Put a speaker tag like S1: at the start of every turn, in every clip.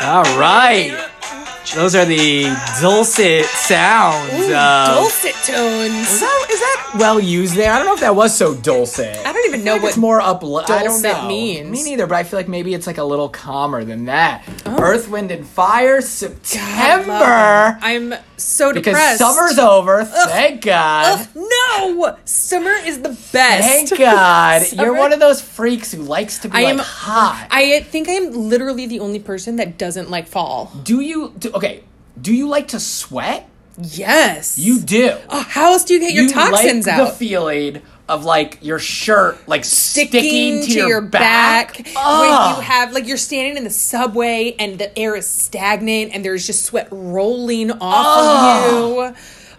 S1: All right. Ah, Those are the dulcet sounds.
S2: Ooh,
S1: of-
S2: Mm, dulcet
S1: Is
S2: tones.
S1: that, is that well used there? I don't know if that was so dulcet.
S2: I don't even know
S1: It's
S2: what.
S1: more up. I don't
S2: dulcet
S1: know.
S2: means. Oh.
S1: Me neither. But I feel like maybe it's like a little calmer than that. Earth, wind, and fire. September.
S2: I love them. I'm so
S1: because
S2: depressed.
S1: summer's over. Thank God.
S2: Ugh, no, summer is the best.
S1: Thank God. You're
S2: Summer-
S1: one of those freaks who likes to be
S2: I
S1: like
S2: am-
S1: hot.
S2: I think I'm literally the only person that doesn't like fall.
S1: do you do, okay? Do you like to sweat?
S2: Yes.
S1: You
S2: Oh,
S1: do.
S2: How else do you get your
S1: you
S2: toxins
S1: like
S2: out?
S1: the feeling of like your shirt like sticking, to, your, back.
S2: when
S1: Ugh.
S2: you have like you're standing in the subway and the air is stagnant and there's just sweat rolling off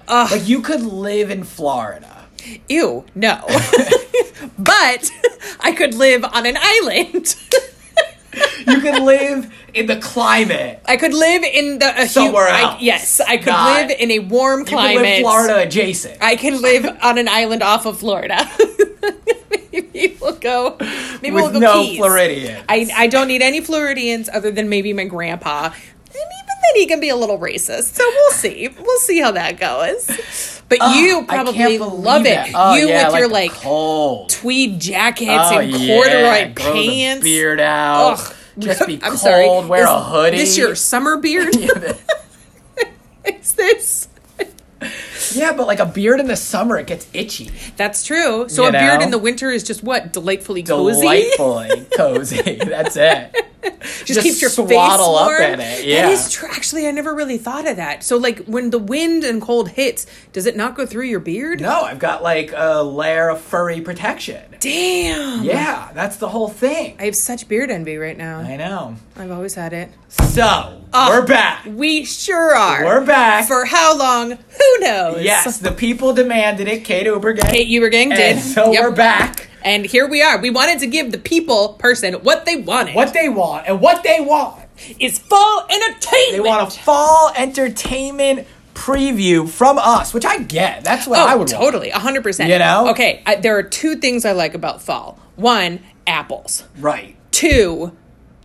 S2: of
S1: like you could live in Florida.
S2: you. Ew, no. but I could live on an island.
S1: You could live in the climate.
S2: I could live in the a hu-
S1: Somewhere
S2: I-
S1: else.
S2: yes, I could
S1: Not-
S2: live in a warm
S1: You could
S2: climate.
S1: live Florida adjacent.
S2: I can live on an island off of Florida. maybe we'll go. Maybe
S1: with
S2: we'll go
S1: no
S2: Keys.
S1: Floridian.
S2: I, I don't need any Floridians other than maybe my grandpa. And even then, he can be a little racist. So we'll see. We'll see how that goes. But you
S1: I can't
S2: probably
S1: believe
S2: love it.
S1: that. Oh,
S2: you
S1: yeah,
S2: with your like
S1: cold.
S2: tweed jackets
S1: Oh,
S2: and
S1: yeah,
S2: corduroy
S1: grow the
S2: pants.
S1: beard out.
S2: Ugh.
S1: Just be
S2: I'm
S1: cold.
S2: sorry.
S1: Wear
S2: Is
S1: a hoodie.
S2: This your summer beard? Is this?
S1: yeah, but like a beard in the summer, it gets itchy.
S2: That's true. So
S1: You
S2: a beard
S1: know?
S2: in the winter is just what delightfully cozy.
S1: Delightfully cozy. That's it.
S2: just, keeps your face
S1: swaddle up
S2: warm.
S1: in it. Yeah.
S2: That is true. Actually, I never really thought of that. So, like, when the wind and cold hits, does it not go through your beard?
S1: no, I've got like a layer of furry protection.
S2: Damn.
S1: Yeah, that's the whole thing.
S2: I have such beard envy right now.
S1: I know.
S2: I've always had it.
S1: So
S2: Ah.
S1: we're back.
S2: We sure are.
S1: We're back.
S2: For how long? Who knows?
S1: Yes, the people demanded it. Kate Ubergang.
S2: Kate Ubergang did.
S1: And so
S2: Yep.
S1: we're back.
S2: And here we are. We wanted to give the people, person, what they wanted.
S1: What they want and what they want.
S2: is full entertainment?
S1: They want a fall entertainment preview from us, which I get. That's what
S2: Oh,
S1: I would want.
S2: totally, hundred percent.
S1: You know?
S2: okay. I, there are two things I like about fall. One, apples.
S1: Right.
S2: Two,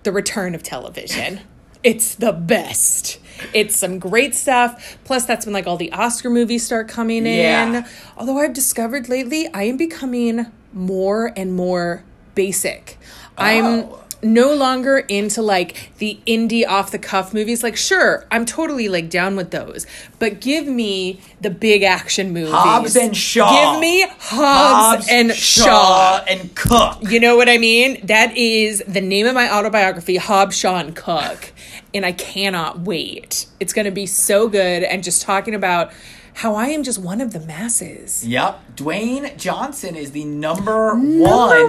S2: the return of television. It's the best. It's some great stuff. Plus, that's when like all the Oscar movies start coming in.
S1: Yeah.
S2: Although I've discovered lately, I am becoming more and more basic. I'm
S1: Oh.
S2: no longer into like the indie off the cuff movies. Like, sure, I'm totally like down with those, but give me the big action movies.
S1: Hobbs and Shaw.
S2: Give me Hobbs, and Shaw.
S1: and Cook.
S2: You know what I mean? That is the name of my autobiography, Hob Sean Cook. And I cannot wait. It's going to be so good. And just talking about how I am just one of the masses.
S1: Yep. Dwayne Johnson is the number, one,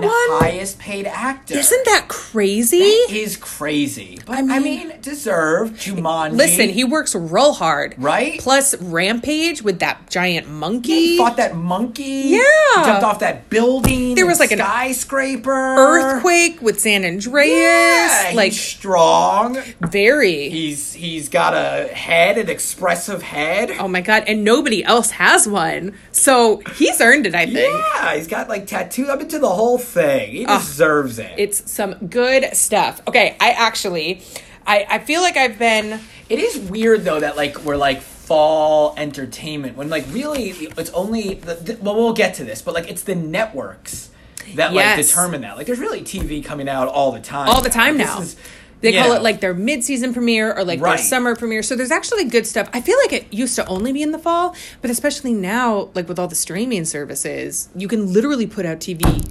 S2: one.
S1: highest paid actor.
S2: Isn't that crazy?
S1: is crazy. But
S2: I
S1: I
S2: mean-
S1: mean, deserved Jumanji.
S2: Listen, he works real hard.
S1: Right?
S2: Plus, Rampage with that giant monkey.
S1: fought that monkey. Yeah. Jumped off that building.
S2: There was
S1: and
S2: like an
S1: skyscraper.
S2: Earthquake with San Andreas.
S1: Yeah, he's
S2: like,
S1: strong.
S2: very.
S1: He's he's got a head, an expressive head.
S2: oh my God. And nobody else has one. So he's earned it, I think.
S1: Yeah, he's got like tattoos. I'm into the whole thing.
S2: Ah,
S1: He deserves it.
S2: It's some good stuff. Okay, I actually, I, I feel like I've been.
S1: It is weird though that like we're like fall entertainment when like really it's only the, the well we'll get to this but like it's the networks that
S2: Yes.
S1: like determine that like there's really TV coming out all the time
S2: all the time
S1: This
S2: now.
S1: is-
S2: they
S1: yeah.
S2: call it like their mid-season premiere or like
S1: Right.
S2: their summer premiere. So there's actually good stuff. I feel like it used to only be in the fall, but especially now, like with all the streaming services, you can literally put out TV
S1: gun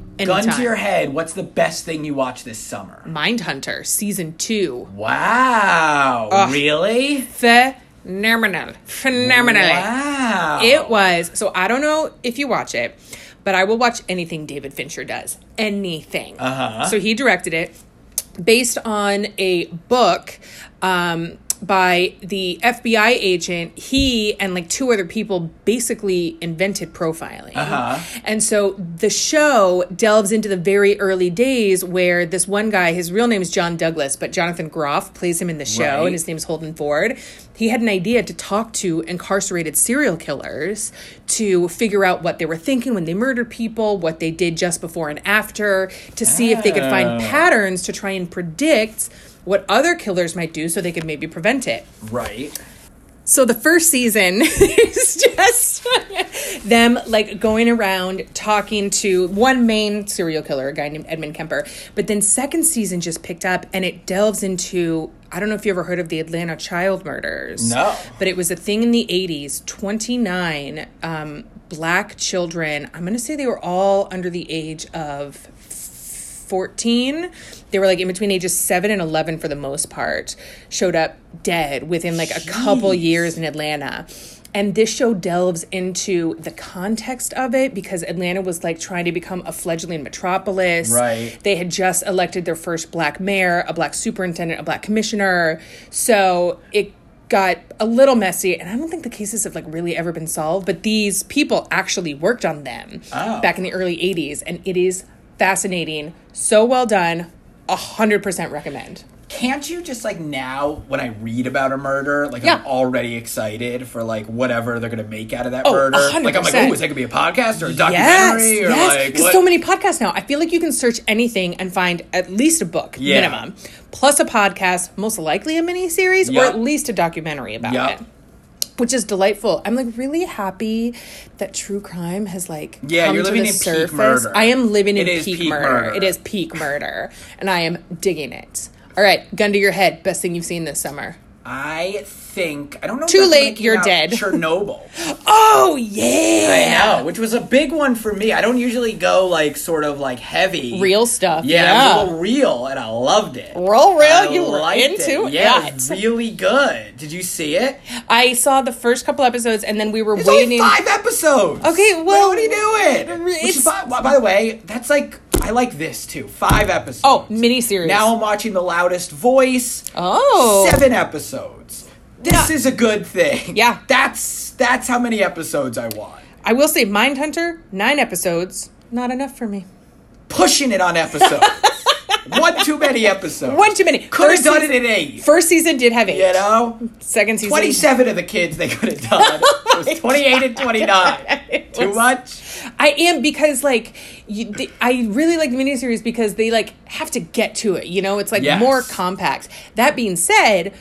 S2: anytime.
S1: to your head what's the best thing you watch this summer
S2: Mindhunter season two,
S1: wow really
S2: phenomenal, phenomenal.
S1: wow
S2: It was. So I don't know if you watch it, but I will watch anything David Fincher does. Anything. Uh-huh. So he directed it based on a book um, by the FBI agent. He and like two other people basically invented profiling. And so the show delves into the very early days where this one guy, his real name is John Douglas, but Jonathan Groff plays him in the show,
S1: Right.
S2: and his name's Holden Ford. He had an idea to talk to incarcerated serial killers to figure out what they were thinking when they murdered people, what they did just before and after, to see if they could find
S1: Oh.
S2: patterns to try and predict what other killers might do so they could maybe prevent it.
S1: Right.
S2: So the first season is just them like going around talking to one main serial killer, a guy named Edmund Kemper. But then second season just picked up and it delves into I don't know if you ever heard of the Atlanta child murders.
S1: No.
S2: But it was a thing in the 80s, 29 um, black children. I'm going to say they were all under the age of 14 they were like in between ages 7 and 11 for the most part showed up dead within like a couple years in atlanta and this show delves into the context of it because atlanta was like trying to become a fledgling metropolis
S1: Right.
S2: they had just elected their first black mayor a black superintendent a black commissioner so it got a little messy and i don't think the cases have like really ever been solved but these people actually worked on them
S1: Oh.
S2: back in the early 80s and it is fascinating so well done 100% recommend
S1: Can't you just like now when I read about a murder, like
S2: Yeah.
S1: I'm already excited for like whatever they're gonna make out of that
S2: Oh,
S1: murder? Like I'm like,
S2: 100%.
S1: oh, is that gonna be a podcast or a
S2: yes
S1: documentary or
S2: yes
S1: like
S2: There's
S1: what?
S2: so many podcasts now i feel like you can search anything and find at least a book
S1: Yeah.
S2: minimum plus a podcast most likely a mini series or
S1: Yup.
S2: at least a documentary about
S1: Yup.
S2: it which is delightful. I'm like really happy that true crime has like
S1: Yeah,
S2: come
S1: you're
S2: to
S1: living
S2: the
S1: in peak
S2: surface.
S1: murder.
S2: I am living in
S1: It is
S2: peak,
S1: peak
S2: murder.
S1: murder.
S2: It is peak murder, and I am digging it. All right, gun to your head. Best thing you've seen this summer.
S1: I think I don't know. if
S2: Too
S1: that's when it
S2: late,
S1: came
S2: you're
S1: out,
S2: dead.
S1: Chernobyl.
S2: Oh yeah,
S1: I know, which was a big one for me. I don't usually go like sort of like heavy
S2: real stuff.
S1: Yeah,
S2: yeah.
S1: it was a little real, and I loved it.
S2: Real, real,
S1: I
S2: you were
S1: liked
S2: into
S1: it. Yeah, it
S2: it.
S1: was really good. Did you see it?
S2: I saw the first couple episodes, and then we were
S1: It's only
S2: waiting.
S1: five episodes.
S2: Okay,
S1: Like,
S2: well,
S1: what are you doing?
S2: it's-
S1: Which, by, by- by the way, that's like I like this too. Five episodes.
S2: Oh, miniseries.
S1: Now I'm watching The Loudest Voice.
S2: Oh.
S1: Seven episodes. This
S2: Yeah.
S1: is a good thing.
S2: Yeah.
S1: That's that's how many episodes I want.
S2: I will say, Mindhunter, nine episodes, not enough for me.
S1: Pushing it on episodes. One too many episodes.
S2: One too many.
S1: Could have
S2: First
S1: done it
S2: season-
S1: in eight.
S2: First season did have eight.
S1: you know?
S2: Second season, Oh
S1: 27 of the kids they could have done. It was 28 and 29.
S2: It
S1: Too
S2: was-
S1: much?
S2: I am because like you, the, I really like miniseries because they like have to get to it. You know, it's like
S1: Yes.
S2: more compact. That being said,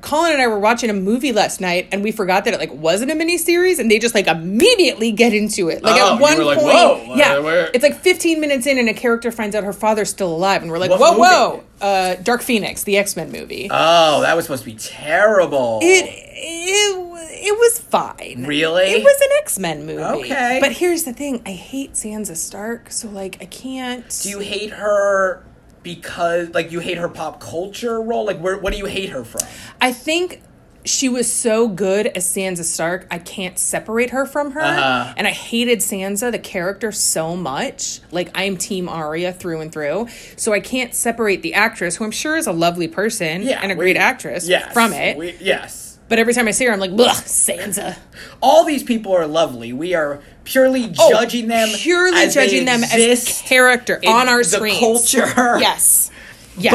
S2: Colin and I were watching a movie last night and we forgot that it like wasn't a miniseries and they just like immediately get into it. Like
S1: Oh,
S2: at
S1: you
S2: one
S1: were like,
S2: point,
S1: "Whoa, uh,
S2: yeah,
S1: where-"
S2: it's like 15 minutes in and a character finds out her father's still alive and we're like,
S1: What
S2: whoa,
S1: movie?
S2: whoa, uh, Dark Phoenix, the X Men movie.
S1: Oh, that was supposed to be terrible.
S2: It it w- it was fine.
S1: Really?
S2: It was an X Men movie.
S1: Okay.
S2: But here's the thing: I hate Sansa Stark, so like I can't.
S1: do you hate her because, like, you hate her pop culture role? Like, where, what do you hate her from?
S2: I think she was so good as Sansa Stark, I can't separate her from her.
S1: Uh-huh.
S2: And I hated Sansa, the character, so much. Like, I'm Team Arya through and through. So I can't separate the actress, who I'm sure is a lovely person and a
S1: we-
S2: great actress,
S1: yes,
S2: from it.
S1: we- yes.
S2: but every time I see her, I'm like, ugh, Sansa.
S1: All these people are lovely. We are purely judging them,
S2: Oh, purely
S1: as they
S2: judging them as
S1: exist
S2: character
S1: in
S2: on our
S1: the
S2: screens.
S1: culture.
S2: Yes. Yes.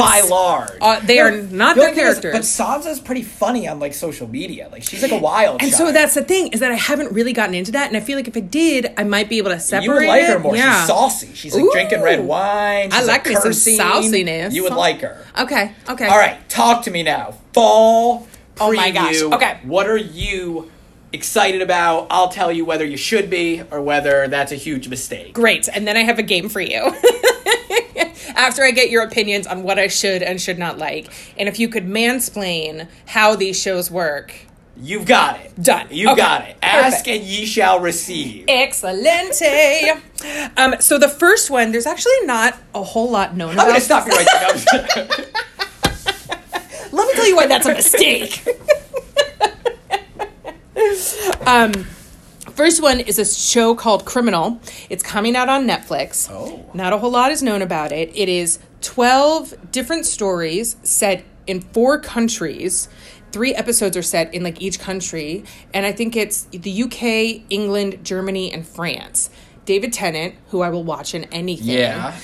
S1: By large,
S2: Uh, they are not
S1: the only
S2: their
S1: thing is-
S2: characters.
S1: but Sansa's pretty funny on like social media. Like she's like a wild.
S2: And so
S1: child.
S2: that's the thing is that I haven't really gotten into that, and I feel like if I did, I might be able to separate.
S1: You would like her
S2: it.
S1: more.
S2: Yeah.
S1: She's saucy. She's like drinking
S2: Ooh.
S1: red wine.
S2: I
S1: She's,
S2: like me some
S1: cursing.
S2: sauciness.
S1: You would like her.
S2: Okay. Okay.
S1: All right, talk to me now. Fall preview.
S2: Oh my gosh, okay.
S1: What are you excited about? I'll tell you whether you should be or whether that's a huge mistake.
S2: Great. And then I have a game for you. After I get your opinions on what I should and should not like, and if you could mansplain how these shows work.
S1: You've got it.
S2: Done.
S1: You
S2: Okay,
S1: got it. Ask
S2: perfect.
S1: and ye shall receive.
S2: Excelente. um, so the first one, there's actually not a whole lot known
S1: I'm
S2: about.
S1: gonna stop you right there. No,
S2: Let me tell you why that's a mistake. um, first one is a show called Criminal. It's coming out on Netflix.
S1: Oh.
S2: Not a whole lot is known about it. It is 12 different stories set in four countries. Three episodes are set in like each country, and I think it's the UK, England, Germany, and France. David Tennant, who I will watch in anything
S1: Yeah.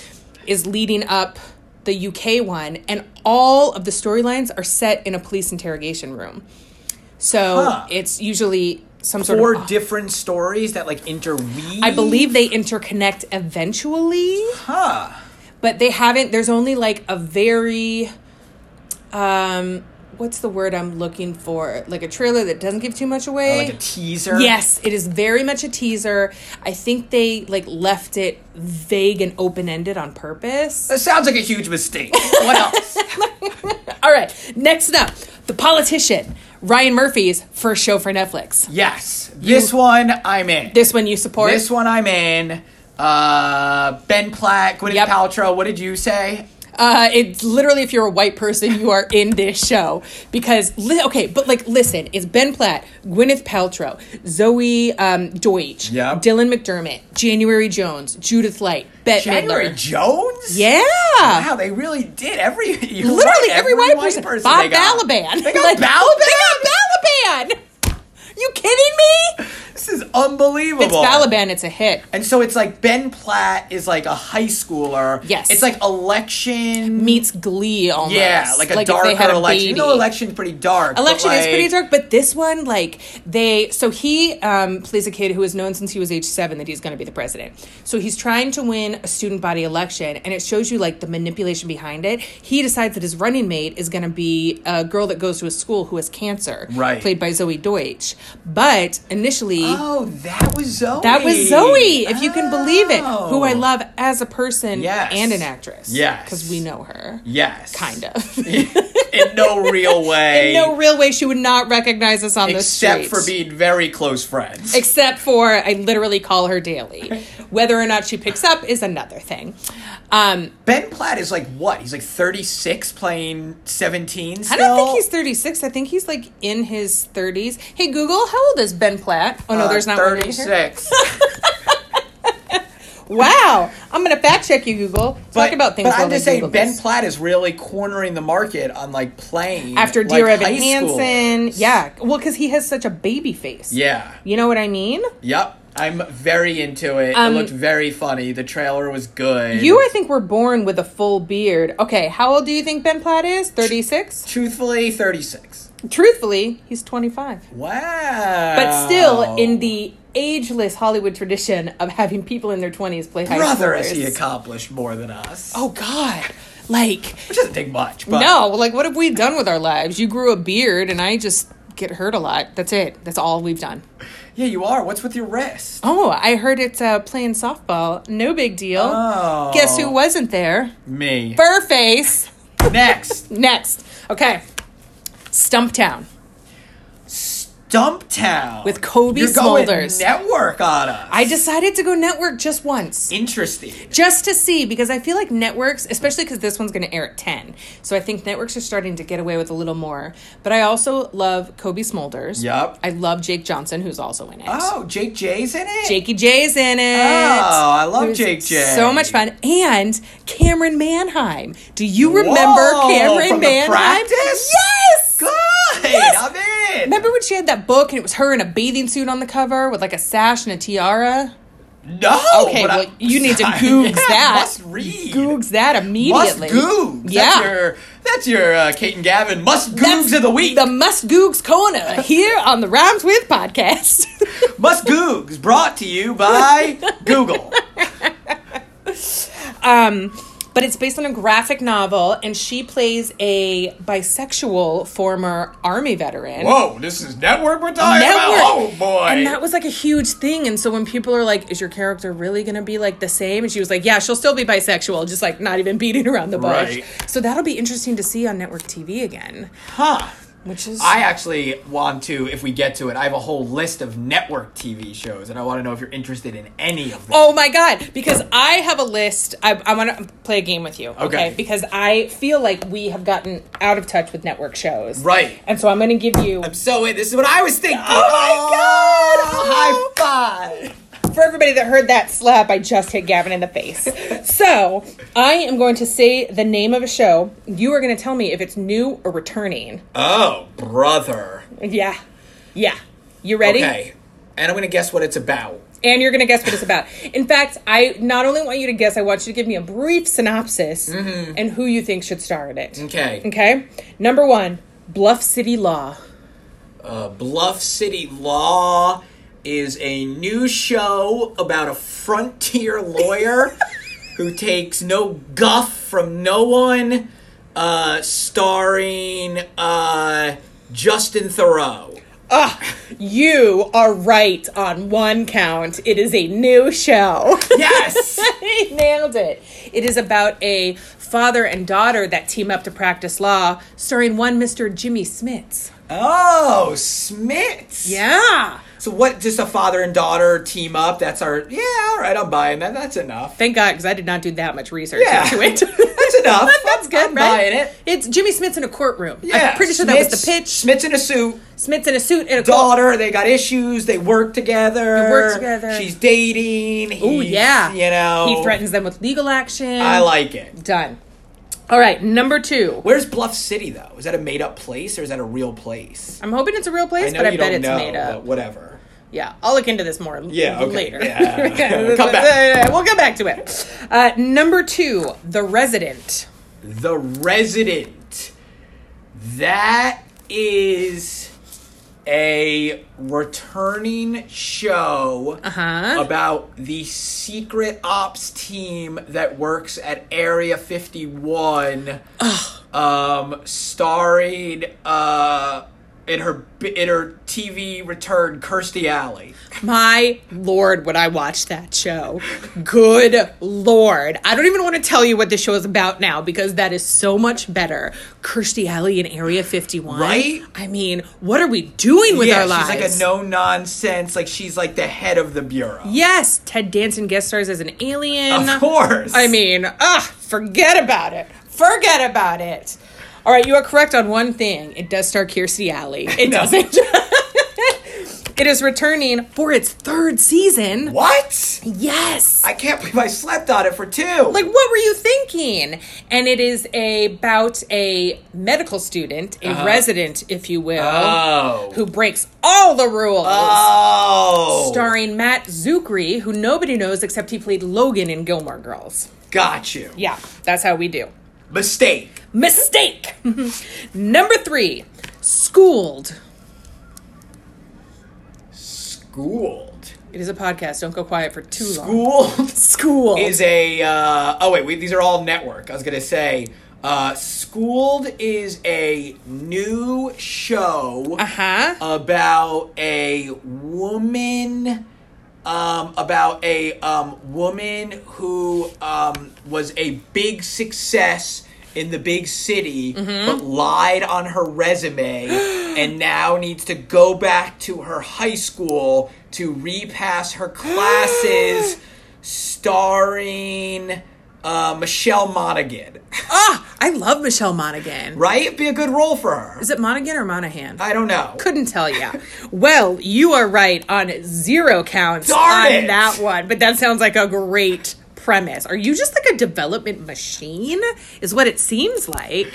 S2: is leading up the UK one, and all of the storylines are set in a police interrogation room. So
S1: Huh.
S2: it's usually some sort
S1: Four
S2: of.
S1: different stories that like interweave.
S2: I believe they interconnect eventually,
S1: Huh.
S2: but they haven't. There's only like a very um what's the word I'm looking for? Like a trailer that doesn't give too much away.
S1: Oh, like a teaser.
S2: Yes, it is very much a teaser. I think they like left it vague and open-ended on purpose.
S1: That sounds like a huge mistake. What else?
S2: All right, next up, The Politician, Ryan Murphy's first show for Netflix.
S1: yes, this one I'm in.
S2: This one you support?
S1: This one I'm in. Uh, ben Platt, Gwyneth
S2: Yep.
S1: Paltrow. What did you say?
S2: Uh, it's literally if you're a white person, you are in this show because li- okay, but like listen, it's Ben Platt, Gwyneth Paltrow, Zoe um, Deutsch,
S1: Yep.
S2: Dylan McDermott, January Jones, Judith Light, Bette
S1: January
S2: Midler.
S1: Jones.
S2: yeah,
S1: Wow, they really did every. You're
S2: literally
S1: right,
S2: every, white, person. Bob
S1: they got.
S2: Balaban.
S1: They got
S2: Like, oh,
S1: Balaban?
S2: They got Balaban. You kidding me?
S1: This is unbelievable.
S2: It's Balaban. It's a hit.
S1: And so it's like Ben Platt is like a high schooler.
S2: Yes.
S1: It's like election.
S2: meets Glee almost.
S1: Yeah, like a
S2: if
S1: darker
S2: they had a
S1: election. You know,
S2: baby.
S1: election's pretty dark. but,
S2: Election is
S1: like,
S2: pretty dark, but this one, like they, so he um, plays a kid who has known since he was age seven that he's going to be the president. So he's trying to win a student body election, and it shows you like the manipulation behind it. He decides that his running mate is going to be a girl that goes to his school who has cancer,
S1: Right.
S2: Played by Zoe Deutsch, but initially.
S1: Oh, that was Zoe.
S2: That was Zoe, if you can believe it, who I
S1: Oh.
S2: love as a person
S1: Yes.
S2: and an actress.
S1: Yes.
S2: Because we know her.
S1: Yes.
S2: Kind of.
S1: In no real way.
S2: no real way she would not recognize us on
S1: Except
S2: the
S1: for
S2: streets.
S1: being very close friends.
S2: Except for I literally call her daily. Whether or not she picks up is another thing. Um,
S1: ben Platt is like what? He's like 36 playing 17
S2: I
S1: still?
S2: don't think he's 36. I think he's like in his 30s. Hey Google, how old is Ben Platt? Oh no,
S1: Uh,
S2: there's not one right here.
S1: 36.
S2: Wow, I'm gonna fact check you, Google. Talk about things.
S1: But
S2: while
S1: I'm
S2: we
S1: just saying,
S2: Google
S1: Ben
S2: this.
S1: Platt is really cornering the market on like playing
S2: after
S1: like,
S2: Dear Evan
S1: high
S2: Hansen.
S1: schoolers.
S2: Yeah, well, because he has such a baby face.
S1: Yeah.
S2: you know what I mean.
S1: Yep. I'm very into it.
S2: Um,
S1: it looked very funny. The trailer was good.
S2: You, I think, were born with a full beard. Okay, how old do you think Ben Platt is? 36?
S1: truthfully 36.
S2: Truthfully, he's 25.
S1: Wow.
S2: But still, in the ageless Hollywood tradition of having people in their 20s play high
S1: brother, has
S2: schoolers.
S1: he accomplished more than us?
S2: oh, God. Like,
S1: Which doesn't take much. But
S2: no, like, what have we done with our lives? You grew a beard, and I just get hurt a lot. That's it. That's all we've done.
S1: Yeah, you are. What's with your wrist?
S2: Oh, I heard it's uh, playing softball. No big deal.
S1: Oh.
S2: Guess who wasn't there?
S1: Me.
S2: Burface.
S1: Next,
S2: Next. Okay. Stumptown.
S1: Dumptown
S2: With Kobe
S1: You're going
S2: Smulders.
S1: network on us.
S2: I decided to go network just once.
S1: Interesting.
S2: just to see because I feel like networks, especially because this one's going to air at ten, so I think networks are starting to get away with a little more. But I also love Kobe Smulders.
S1: Yup.
S2: I love Jake Johnson, who's also in it.
S1: Oh, Jake J's in it.
S2: Jakey J's in it.
S1: Oh, I love
S2: Who's
S1: Jake J.
S2: So much fun. And Cameron Manheim. Do you remember
S1: Whoa,
S2: Cameron
S1: from The
S2: Manheim?
S1: Practice?
S2: yes.
S1: Good. I'm in.
S2: Remember when she had that book and it was her in a bathing suit on the cover with like a sash and a tiara?
S1: No.
S2: Okay,
S1: but I-
S2: well, you need to
S1: Yeah,
S2: googs that.
S1: Must read.
S2: Googs that
S1: Must
S2: immediately.
S1: googs.
S2: Yeah.
S1: That's your, that's your uh, Kate and Gavin must
S2: That's
S1: googs of the week.
S2: The Must Googs corner here on the Rhymes With podcast.
S1: must googs brought to you by Google.
S2: um, but it's based on a graphic novel, and she plays a bisexual former army veteran.
S1: Whoa, this is network we're talking
S2: Network.
S1: about? Oh, boy.
S2: And that was like a huge thing. And so when people are like, is your character really going to be like the same? And she was like, yeah, she'll still be bisexual, just like not even beating around the bush.
S1: Right.
S2: So that'll be interesting to see on network TV again,
S1: huh.
S2: which is.
S1: I actually want to, if we get to it, I have a whole list of network TV shows, and I want to know if you're interested in any of them.
S2: Oh my god! Because I have a list. I, I want to play a game with you. Okay?
S1: Okay.
S2: Because I feel like we have gotten out of touch with network shows.
S1: Right.
S2: And so I'm going to give you
S1: So wait, this is what I was thinking.
S2: Oh
S1: my god! High five!
S2: for everybody that heard that slap. I just hit Gavin in the face. so I am going to say the name of a show. You are going to tell me if it's new or returning.
S1: Oh, brother.
S2: Yeah. Yeah. You ready?
S1: Okay, and I'm gonna guess what it's about.
S2: and you're gonna guess what it's about. In fact, I not only want you to guess, I want you to give me a brief synopsis and who you think should star in it.
S1: Mm-hmm. Okay.
S2: Okay. Number one, Bluff City Law.
S1: Uh, Bluff City Law is a new show about a frontier lawyer who takes no guff from no one uh, starring uh, Justin Thoreau.
S2: You are right on one count. It is a new show.
S1: Yes.
S2: he nailed it. It is about a father and daughter that team up to practice law, starring one Mr. Jimmy Smits.
S1: oh, Smits.
S2: Yeah.
S1: So what? Just a father and daughter team up. That's our. Yeah. All right. I'm buying that. That's enough.
S2: Thank God, because I did not do that much research
S1: Yeah.
S2: into it.
S1: That's enough.
S2: That's
S1: I'm-
S2: good,
S1: I'm
S2: right?
S1: buying it.
S2: It's Jimmy Smits in a courtroom.
S1: Yeah.
S2: I'm pretty sure that was the
S1: Smits-
S2: pitch.
S1: Smits in a suit.
S2: Smits in a suit and a court-
S1: daughter. They got issues. They work together.
S2: They work together.
S1: She's dating.
S2: Ooh,
S1: he's,
S2: yeah.
S1: You know,
S2: He threatens them with legal action.
S1: I like it.
S2: Done. All right, number two.
S1: Where's Bluff City though? Is that a made up place or is that a real place?
S2: I'm hoping it's a real place,
S1: know
S2: but I
S1: you
S2: bet
S1: don't
S2: it's
S1: know,
S2: made up.
S1: but whatever.
S2: Yeah, I'll look into this more
S1: Yeah, okay.
S2: later.
S1: Yeah.
S2: Okay,
S1: Come back.
S2: uh, We'll come back to it. Uh, number two, The Resident.
S1: The Resident. That is a returning show
S2: Uh-huh.
S1: about the secret ops team that works at Area 51. Um, starring uh, in her in her TV return, Kirstie Alley.
S2: My lord, would I watch that show? Good lord. I don't even want to tell you what the show is about now because that is so much better. Kirstie Alley in Area 51.
S1: Right?
S2: I mean, what are we doing with
S1: yeah,
S2: our lives?
S1: she's like a no nonsense. Like she's like the head of the bureau.
S2: Yes, Ted Danson guest stars as an alien.
S1: Of course.
S2: I mean, ah, forget about it. Forget about it. All right, you are correct on one thing. It does star Kirstie Alley. It
S1: No.
S2: doesn't. it is returning for its third season.
S1: what?
S2: Yes.
S1: I can't believe I slept on it for two.
S2: like, what were you thinking? And it is about a medical student, a resident, if you will,
S1: Oh.
S2: who breaks all the rules.
S1: oh,
S2: Starring Matt Zucri, who nobody knows except he played Logan in Gilmore Girls.
S1: got you.
S2: Yeah, that's how we do.
S1: Mistake.
S2: Mistake! Number three, Schooled.
S1: Schooled.
S2: It is a podcast. Don't go quiet for too long.
S1: Schooled
S2: Schooled.
S1: is a. Uh, oh wait, wait, these are all network. I was gonna say. Uh, Schooled is a new
S2: Uh-huh.
S1: show
S2: huh?
S1: about a woman um, about a um, woman who um, was a big success in the big city
S2: Mm-hmm.
S1: but lied on her resume and now needs to go back to her high school to repass her classes starring uh, michelle monaghan
S2: Ah, I love Michelle Monaghan.
S1: right it'd be a good role for her
S2: Is it Monaghan or Monahan?
S1: i don't know
S2: couldn't tell ya. well, you are right on zero counts
S1: Darn
S2: on
S1: it.
S2: that one, but that sounds like a great premise. Are you just like a development machine? Is what it seems like.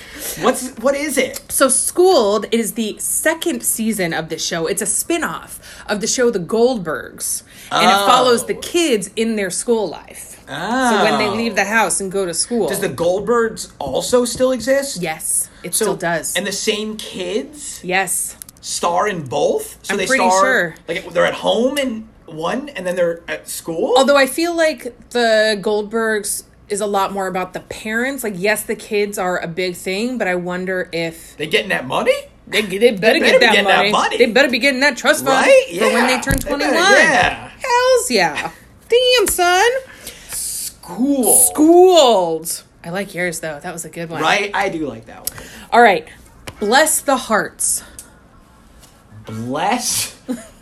S1: what's what is it
S2: So Schooled is the second season of this show. It's a spin-off of the show The Goldbergs. And
S1: Oh.
S2: it follows the kids in their school life. So when they
S1: Oh.
S2: leave the house and go to school.
S1: Does the Goldbergs also still exist?
S2: yes, it
S1: So-
S2: still does.
S1: And the same kids
S2: yes.
S1: star in both? So
S2: I'm
S1: they
S2: pretty
S1: star
S2: sure.
S1: like they're at home in one and then they're at school?
S2: Although I feel like the Goldbergs is a lot more about the parents. Like, yes, the kids are a big thing, but I wonder if
S1: they getting that money?
S2: they, they better,
S1: better be
S2: get that
S1: getting that
S2: money.
S1: money.
S2: They better be getting that trust fund
S1: Right?
S2: for when they
S1: Yeah.
S2: turn
S1: They better-
S2: twenty-one.
S1: yeah.
S2: Hell's yeah! Damn, son.
S1: Cool.
S2: Schooled. I like yours though. That was a good one.
S1: Right? I do like that one.
S2: All right. Bless the hearts.
S1: Bless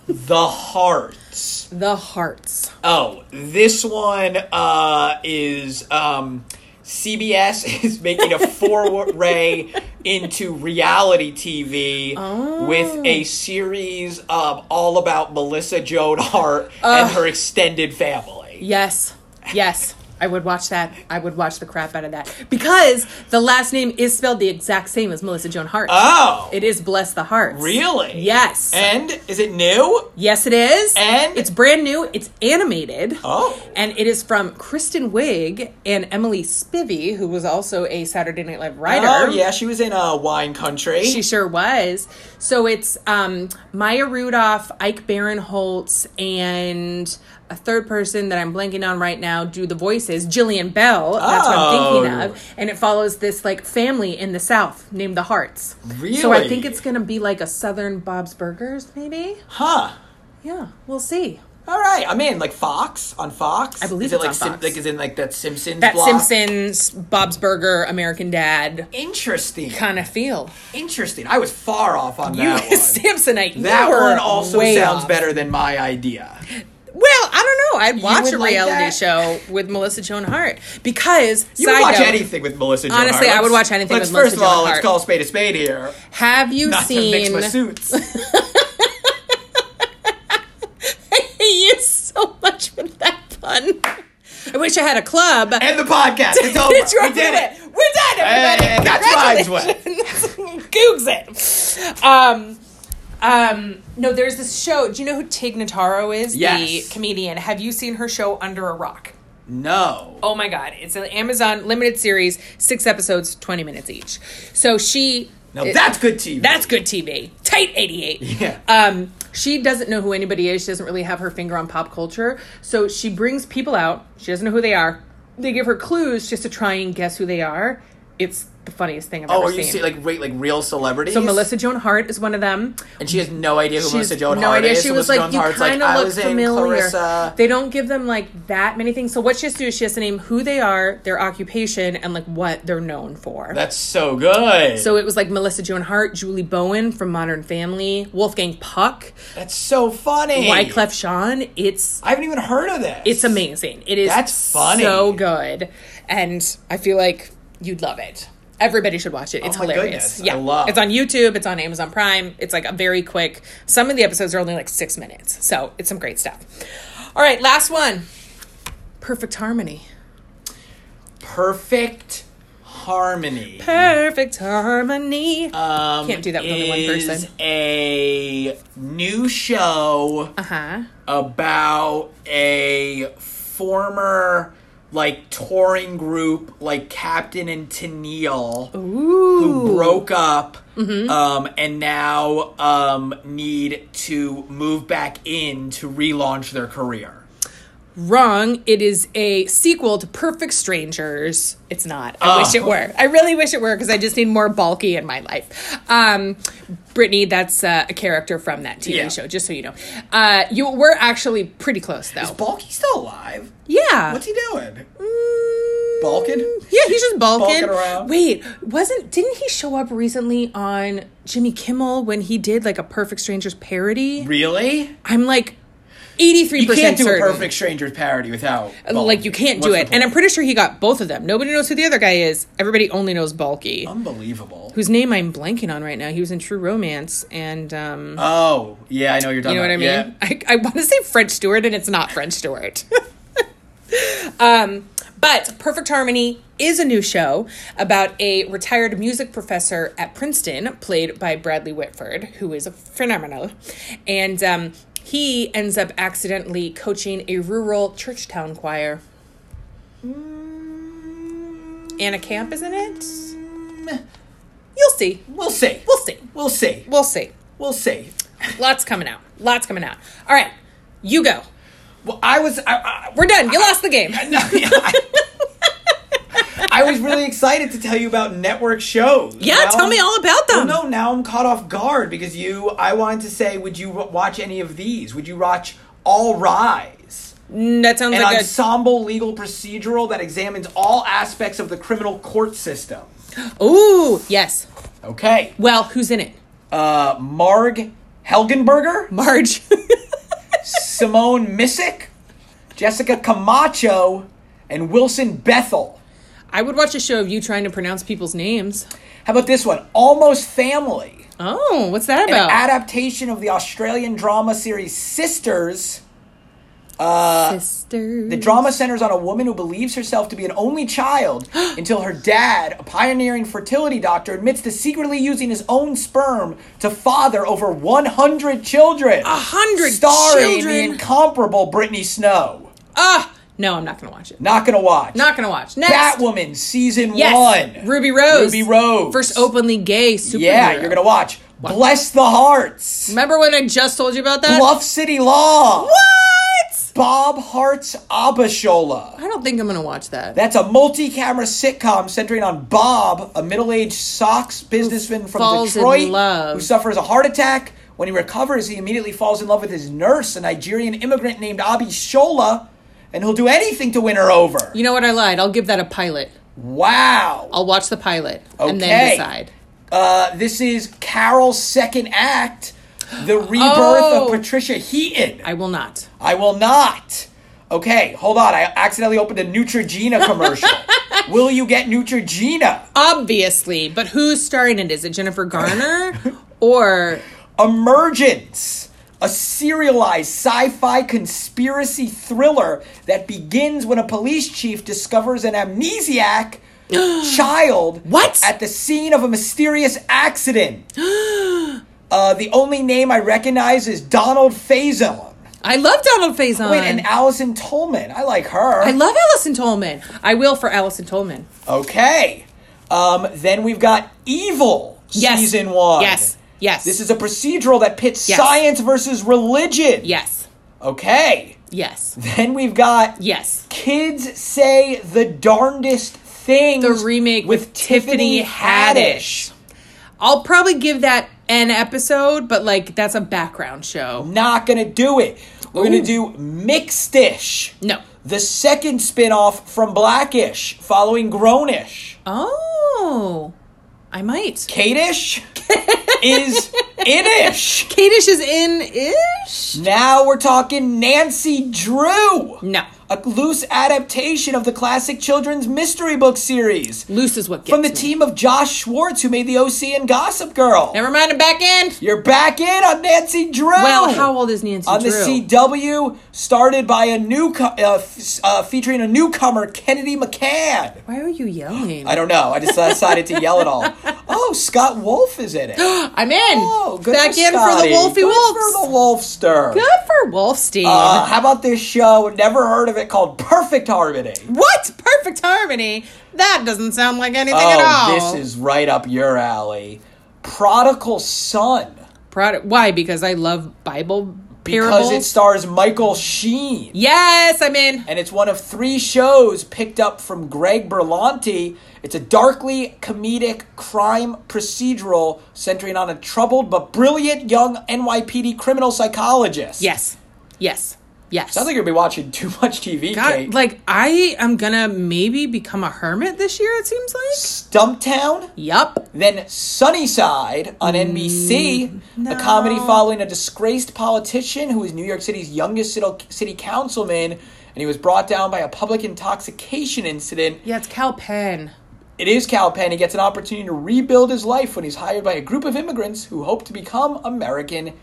S1: the hearts.
S2: The hearts.
S1: Oh, this one uh, is um, CBS is making a foray into reality TV
S2: Oh.
S1: with a series um, all about Melissa Joan Hart and her extended family.
S2: Yes. Yes. I would watch that. I would watch the crap out of that because the last name is spelled the exact same as Melissa Joan Hart.
S1: Oh,
S2: It is Bless the Hearts.
S1: really?
S2: Yes.
S1: And is it new?
S2: yes, it is.
S1: And-
S2: it's brand new. It's animated.
S1: Oh.
S2: And it is from Kristen Wiig and Emily Spivey, who was also a Saturday Night Live writer.
S1: Oh, yeah, she was in uh, Wine Country.
S2: She sure was. So it's um, Maya Rudolph, Ike Barinholtz, and a third person that I'm blanking on right now do the voices. Jillian Bell, that's what I'm thinking
S1: Oh.
S2: of. And it follows this like family in the South named the Hearts. So I
S1: Really?
S2: think it's gonna be like a Southern Bob's Burgers, maybe?
S1: Huh.
S2: Yeah, we'll see.
S1: All right, I'm in. Like Fox on Fox. I
S2: believe
S1: is it
S2: it's
S1: like
S2: on Fox.
S1: like is in like that Simpsons.
S2: That
S1: block?
S2: Simpsons, Bob's Burger, American Dad
S1: Interesting.
S2: kind of feel.
S1: Interesting. I was far off on
S2: You
S1: that one.
S2: Samsonite. you
S1: That
S2: were
S1: one also
S2: way
S1: sounds
S2: off.
S1: better than my idea.
S2: Well, I don't know. I'd watch
S1: would
S2: a
S1: like
S2: reality
S1: that?
S2: show with Melissa Joan Hart because
S1: You
S2: side
S1: would watch
S2: note,
S1: anything with Melissa. Joan
S2: Honestly,
S1: Hart.
S2: I would
S1: Let's-
S2: watch anything
S1: let's-
S2: with
S1: First
S2: Melissa
S1: of all,
S2: Joan
S1: let's
S2: Hart.
S1: call a spade a spade here.
S2: Have you
S1: Not to mix
S2: seen?
S1: my suits.
S2: He is so much with that pun. I wish I had a club.
S1: and the podcast. It's over.
S2: It's
S1: we
S2: right
S1: did it.
S2: We're done, everybody.
S1: Hey, that's Ryan's way.
S2: Congratulations. Googs it. Um, um, no, there's this show. Do you know who Tig Notaro is?
S1: Yes.
S2: The comedian. Have you seen her show Under a Rock?
S1: No.
S2: Oh my God. It's an Amazon limited series, six episodes, 20 minutes each. So she.
S1: Now
S2: it-
S1: that's good TV.
S2: Oh. that's good TV. Tight 88.
S1: Yeah.
S2: Um, she doesn't know who anybody is. She doesn't really have her finger on pop culture. So she brings people out. She doesn't know who they are. They give her clues just to try and guess who they are. It's the funniest thing I've
S1: oh,
S2: ever
S1: are you
S2: seen.
S1: see like re- like real celebrities?
S2: so Melissa Joan Hart is one of them.
S1: and she has no idea who Melissa
S2: She's-
S1: Joan
S2: no
S1: Hart
S2: idea.
S1: is.
S2: She
S1: So
S2: was
S1: Melissa
S2: like,
S1: Joan
S2: you
S1: Hart's like,
S2: kind of
S1: I
S2: look
S1: was in
S2: familiar.
S1: Clarissa.
S2: They don't give them like that many things. So what she has to do is she has to name who they are, their occupation, and like what they're known for.
S1: That's so good.
S2: so it was like Melissa Joan Hart, Julie Bowen from Modern Family, Wolfgang Puck,
S1: that's so funny.
S2: Wyclef Jean. It's
S1: I haven't even heard of this.
S2: it's amazing. It is
S1: That's funny.
S2: so good, and I feel like you'd love it. Everybody should watch it. It's
S1: Oh my
S2: hilarious.
S1: goodness. I love.
S2: it's on YouTube. It's on Amazon Prime. It's like a very quick. Some of the episodes are only like six minutes, so it's some great stuff. All right, last one. Perfect harmony.
S1: perfect harmony.
S2: Perfect harmony.
S1: Hmm. Um,
S2: Can't do that with only one
S1: is
S2: person.
S1: A new show
S2: Uh huh.
S1: about a former like touring group like Captain and Tennille who broke up
S2: Mm-hmm.
S1: um, and now um, need to move back in to relaunch their career.
S2: Wrong. It is a sequel to Perfect Strangers. It's not.
S1: Oh.
S2: I wish it were. I really wish it were because I just need more bulky in my life. Um, Brittany, that's uh, a character from that TV
S1: Yeah.
S2: show. Just so you know, uh, you were actually pretty close though.
S1: Balky still alive?
S2: yeah.
S1: What's he doing?
S2: Mm,
S1: Balking?
S2: Yeah, he's just bulking.
S1: Bulking around.
S2: Wait, wasn't didn't he show up recently on Jimmy Kimmel when he did like a Perfect Strangers parody?
S1: Really?
S2: I'm like eighty three
S1: You can't
S2: percent
S1: do
S2: certain. Uh,
S1: a perfect stranger parody without Balky.
S2: Like you can't do
S1: What's
S2: it.
S1: the
S2: And I'm
S1: point?
S2: pretty sure he got both of them. Nobody knows who the other guy is. Everybody only knows Bulky.
S1: Oh. unbelievable.
S2: whose name I'm blanking on right now. He was in True Romance and um
S1: Oh, yeah, I know what you're
S2: you
S1: talking
S2: know what I
S1: about.
S2: mean?
S1: Yeah.
S2: I, I want to say French Stewart and it's not French Stewart. um but Perfect Harmony is a new show about a retired music professor at Princeton, played by Bradley Whitford, who is phenomenal. And um, he ends up accidentally coaching a rural church town choir. Anna Camp, isn't it? You'll see.
S1: We'll see.
S2: We'll see.
S1: We'll see.
S2: We'll see.
S1: We'll see.
S2: Lots coming out. Lots coming out. All right, you go.
S1: Well, I was. I,
S2: We're done. You lost the game.
S1: I, no, yeah, I, I was really excited to tell you about network shows.
S2: Yeah,
S1: Now
S2: tell me
S1: I'm-
S2: all about
S1: Well,
S2: them.
S1: no, now I'm caught off guard because you. I wanted to say, would you w- watch any of these? Would you watch All Rise?
S2: Mm, That sounds
S1: An
S2: like
S1: ensemble legal procedural that examines all aspects of the criminal court system.
S2: a. Ooh, yes.
S1: Okay.
S2: Well, who's in it?
S1: Uh, Marg Helgenberger?
S2: Marge.
S1: Simone Missick, Jessica Camacho, and Wilson Bethel.
S2: I would watch a show of you trying to pronounce people's names.
S1: How about this one? Almost Family,
S2: Oh, what's that
S1: an
S2: about?
S1: adaptation of the Australian drama series Sisters.
S2: Sisters.
S1: The drama centers on a woman who believes herself to be an only child until her dad, a pioneering fertility doctor, admits to secretly using his own sperm to father over 100 children.
S2: 100
S1: Starring the
S2: children.
S1: incomparable Brittany Snow.
S2: Ah, no, I'm not gonna watch it.
S1: Not gonna watch.
S2: Not gonna watch. Next.
S1: Batwoman season
S2: yes.
S1: one.
S2: Ruby Rose.
S1: Ruby Rose.
S2: First openly gay superhero.
S1: Yeah, you're gonna watch. Bless the Hearts.
S2: Remember when I just told you about that?
S1: Bluff City Law.
S2: What?
S1: Bob Hart's Abishola.
S2: I don't think I'm gonna watch that.
S1: That's a multi camera sitcom centering on Bob, a middle aged socks businessman from
S2: falls in
S1: Detroit
S2: love.
S1: who suffers a heart attack. When he recovers, he immediately falls in love with his nurse, a Nigerian immigrant named Abishola, and he'll do anything to win her over.
S2: You know what? I lied. I'll give that a pilot.
S1: Wow.
S2: I'll watch the pilot and
S1: Okay.
S2: then decide.
S1: Uh, this is Carol's second act, the rebirth
S2: Oh.
S1: of Patricia Heaton.
S2: I will not.
S1: I will not. Okay, hold on. I accidentally opened a Neutrogena commercial. will you get Neutrogena?
S2: Obviously, but who's starring in it? Is it Jennifer Garner or
S1: Emergence, a serialized sci fi conspiracy thriller that begins when a police chief discovers an amnesiac child
S2: What?
S1: at the scene of a mysterious accident. uh, the only name I recognize is Donald Faison.
S2: I love Donald Faison.
S1: Wait, and Allison Tolman. I like her.
S2: Uh. I love Allison Tolman. I will for Allison Tolman.
S1: Okay. Um, then we've got Evil
S2: Yes.
S1: season one.
S2: Yes. Yes.
S1: This is a procedural that pits
S2: Yes.
S1: science versus religion.
S2: Yes.
S1: Okay.
S2: Yes.
S1: Then we've got
S2: Yes.
S1: Kids Say the Darndest Things.
S2: The remake with Tiffany Haddish. I'll probably give that an episode, but like that's a background show.
S1: Not gonna do it. We're
S2: Ooh.
S1: gonna do Mixedish.
S2: No.
S1: The second spin-off from Blackish, following Grownish.
S2: Oh, I might.
S1: Kadish is Inish.
S2: Kadish is in ish.
S1: Now we're talking Nancy Drew.
S2: No.
S1: A loose adaptation of the classic children's mystery book series
S2: Loose is what gets
S1: from the
S2: me.
S1: team of Josh Schwartz, who made the OC and Gossip Girl.
S2: Never mind. I'm back in.
S1: You're back in on Nancy Drew.
S2: Well, how old is Nancy
S1: on
S2: Drew?
S1: the CW, started by a new uh, f- uh, featuring a newcomer, Kennedy McCann.
S2: Why are you yelling?
S1: I don't know. I just decided to yell it all. Oh, Scott Wolf is in it.
S2: I'm in.
S1: Oh, good
S2: back
S1: for Scotty.
S2: in for the Wolfie
S1: good
S2: Wolves.
S1: for the Wolfster.
S2: Good for Wolfstein.
S1: Uh, how about this show? Never heard of it called Perfect Harmony.
S2: What? Perfect harmony? That doesn't sound like anything at all.
S1: Oh, this is right up your alley. Prodigal Son.
S2: Prod- Why? Because I love Bible
S1: Because
S2: parables.
S1: it stars Michael Sheen.
S2: yes, I'm in.
S1: And it's one of three shows picked up from Greg Berlanti. It's a darkly comedic crime procedural centering on a troubled but brilliant young NYPD criminal psychologist.
S2: Yes, yes, yes.
S1: Sounds like you're gonna be watching too much TV,
S2: God,
S1: Kate.
S2: like I am gonna maybe become a hermit this year. It seems like.
S1: Stumptown,
S2: Yup.
S1: then Sunnyside on
S2: Mm,
S1: NBC, a comedy following a disgraced politician who was New York City's youngest city- city councilman, and he was brought down by a public intoxication incident.
S2: Yeah, it's Cal Penn.
S1: It is Cal Penn. He gets an opportunity to rebuild his life when he's hired by a group of immigrants who hope to become American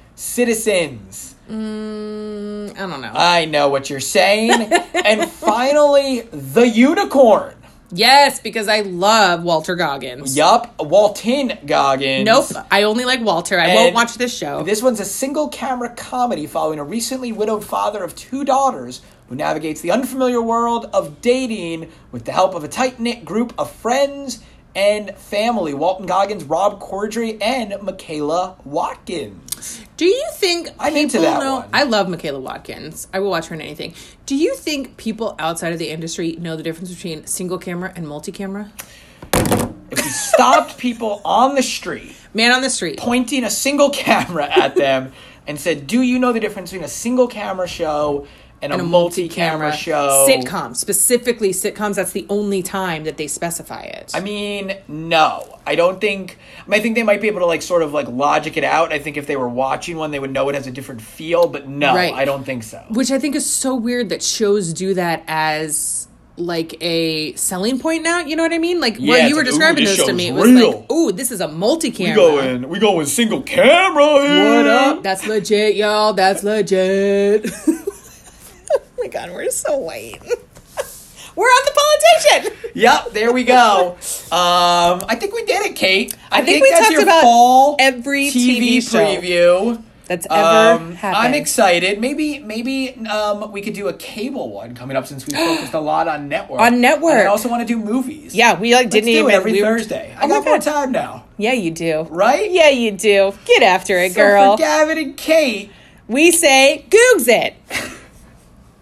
S1: citizens.
S2: Mm, I don't know.
S1: I know what you're saying. and finally, The Unicorn.
S2: yes, because I love Walter Goggins.
S1: Yup, Walton Goggins.
S2: Nope. I only like Walter. I
S1: And
S2: won't watch this show.
S1: This one's a single camera comedy following a recently widowed father of two daughters who navigates the unfamiliar world of dating with the help of a tight knit group of friends and family. Walton Goggins, Rob Corddry, and Michaela Watkins.
S2: Do you think
S1: I'm
S2: people
S1: into that
S2: know?
S1: one.
S2: I love Michaela Watkins. I will watch her in anything. Do you think people outside of the industry know the difference between single camera and multi camera?
S1: If you stopped people on the street
S2: Man on the street.
S1: pointing a single camera at them and said, Do you know the difference between a single camera show and, a, multi camera show?
S2: Sitcom. Specifically sitcoms, that's the only time that they specify it.
S1: I mean, no. I don't think. I, mean, I think they might be able to like sort of like logic it out. I think if they were watching one, they would know it has a different feel. But no,
S2: Right.
S1: I don't think so.
S2: Which I think is so weird that shows do that as like a selling point now. You know what I mean? Like
S1: Yeah,
S2: when
S1: it's
S2: you were
S1: like, ooh,
S2: describing
S1: this
S2: this to
S1: show's
S2: me, it was
S1: real.
S2: like, ooh, this is a multi camera.
S1: we going single camera. What up?
S2: That's legit, y'all. That's legit. oh my god, we're so late. we're on the politician.
S1: Yep, there we go. um, I think we did it, Kate. I,
S2: think we
S1: that's
S2: talked
S1: your
S2: about
S1: fall
S2: every TV show
S1: preview.
S2: That's ever
S1: Um, I'm
S2: happened.
S1: excited. Maybe maybe um, we could do a cable one coming up since we focused a lot on network.
S2: On network.
S1: And I also want to do movies.
S2: yeah, we like
S1: Let's
S2: didn't
S1: do
S2: even
S1: it every
S2: we were-
S1: Thursday. I
S2: Oh my
S1: got more
S2: God.
S1: time now.
S2: Yeah, you do.
S1: Right?
S2: Yeah, you do. Get after it,
S1: So
S2: girl.
S1: for Gavin and Kate,
S2: we say Googs it.